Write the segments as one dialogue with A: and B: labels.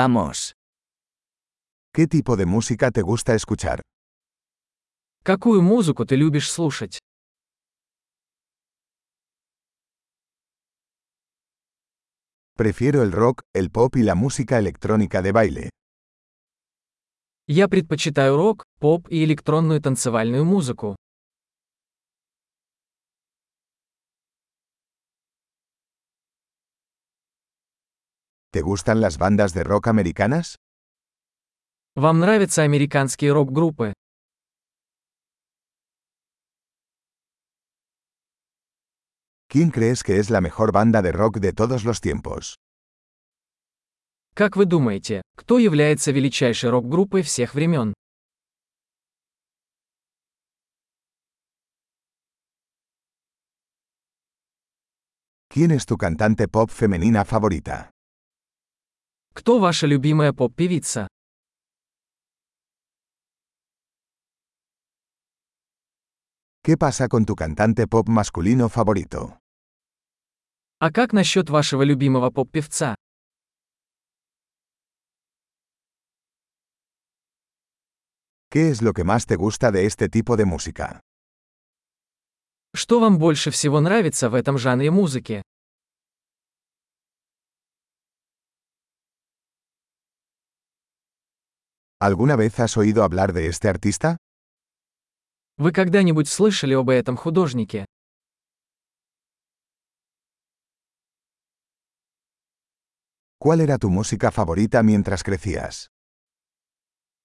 A: Vamos.
B: ¿Qué tipo de música te gusta escuchar?
C: Какую музыку ты любишь слушать?
B: Prefiero el rock, el pop y la música electrónica de baile.
C: Я предпочитаю рок, поп и электронную танцевальную музыку.
B: ¿Te gustan las bandas de rock americanas?
C: Вам нравятся американские рок-группы?
B: ¿Quién crees que es la mejor banda de rock de todos los tiempos?
C: Как вы думаете, кто является величайшей рок-группой всех времен?
B: ¿Quién es tu cantante pop femenina favorita?
C: Кто ваша любимая поп-певица?
B: ¿Qué pasa con tu cantante pop masculino favorito?
C: А как насчет вашего любимого поп-певца?
B: ¿Qué es lo que más te gusta de este tipo de música?
C: Что вам больше всего нравится в этом жанре музыки?
B: ¿Alguna vez has oído hablar de este artista?
C: Вы когда-нибудь слышали об этом художнике?
B: ¿Cuál era tu música favorita mientras crecías?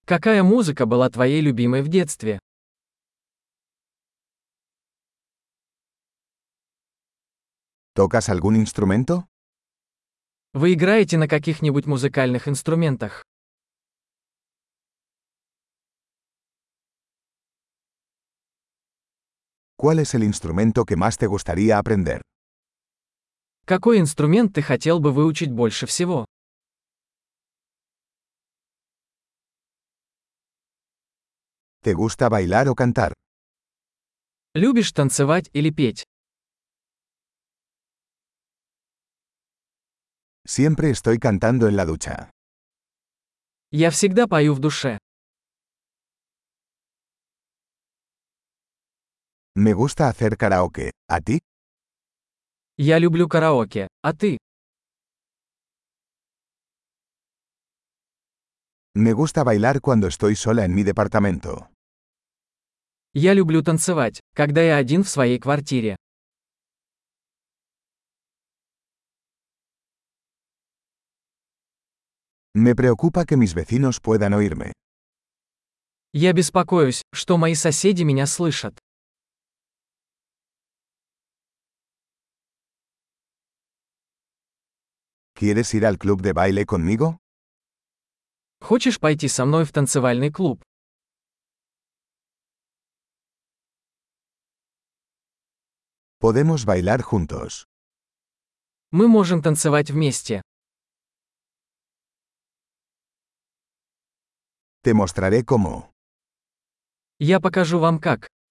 C: Какая музыка была твоей любимой в детстве?
B: ¿Tocas algún instrumento?
C: Вы играете на каких-нибудь музыкальных инструментах?
B: ¿Cuál es el instrumento que más te gustaría aprender?
C: Какой инструмент ты хотел бы выучить больше всего?
B: ¿Te gusta bailar o cantar?
C: Любишь танцевать или петь?
B: Siempre estoy cantando en la ducha.
C: Я всегда пою в душе.
B: Me gusta hacer karaoke. ¿A ti?
C: Я люблю караоке, а ты?
B: Me gusta bailar cuando estoy sola en mi departamento.
C: Я люблю танцевать, когда я один в своей квартире.
B: Me preocupa que mis vecinos puedan oírme.
C: Я беспокоюсь, что мои соседи меня слышат.
B: ¿Quieres ir al club de baile conmigo?
C: Хочешь пойти со мной в танцевальный клуб?
B: Podemos bailar juntos.
C: Мы можем танцевать вместе.
B: Te mostraré cómo.
C: Я покажу вам как.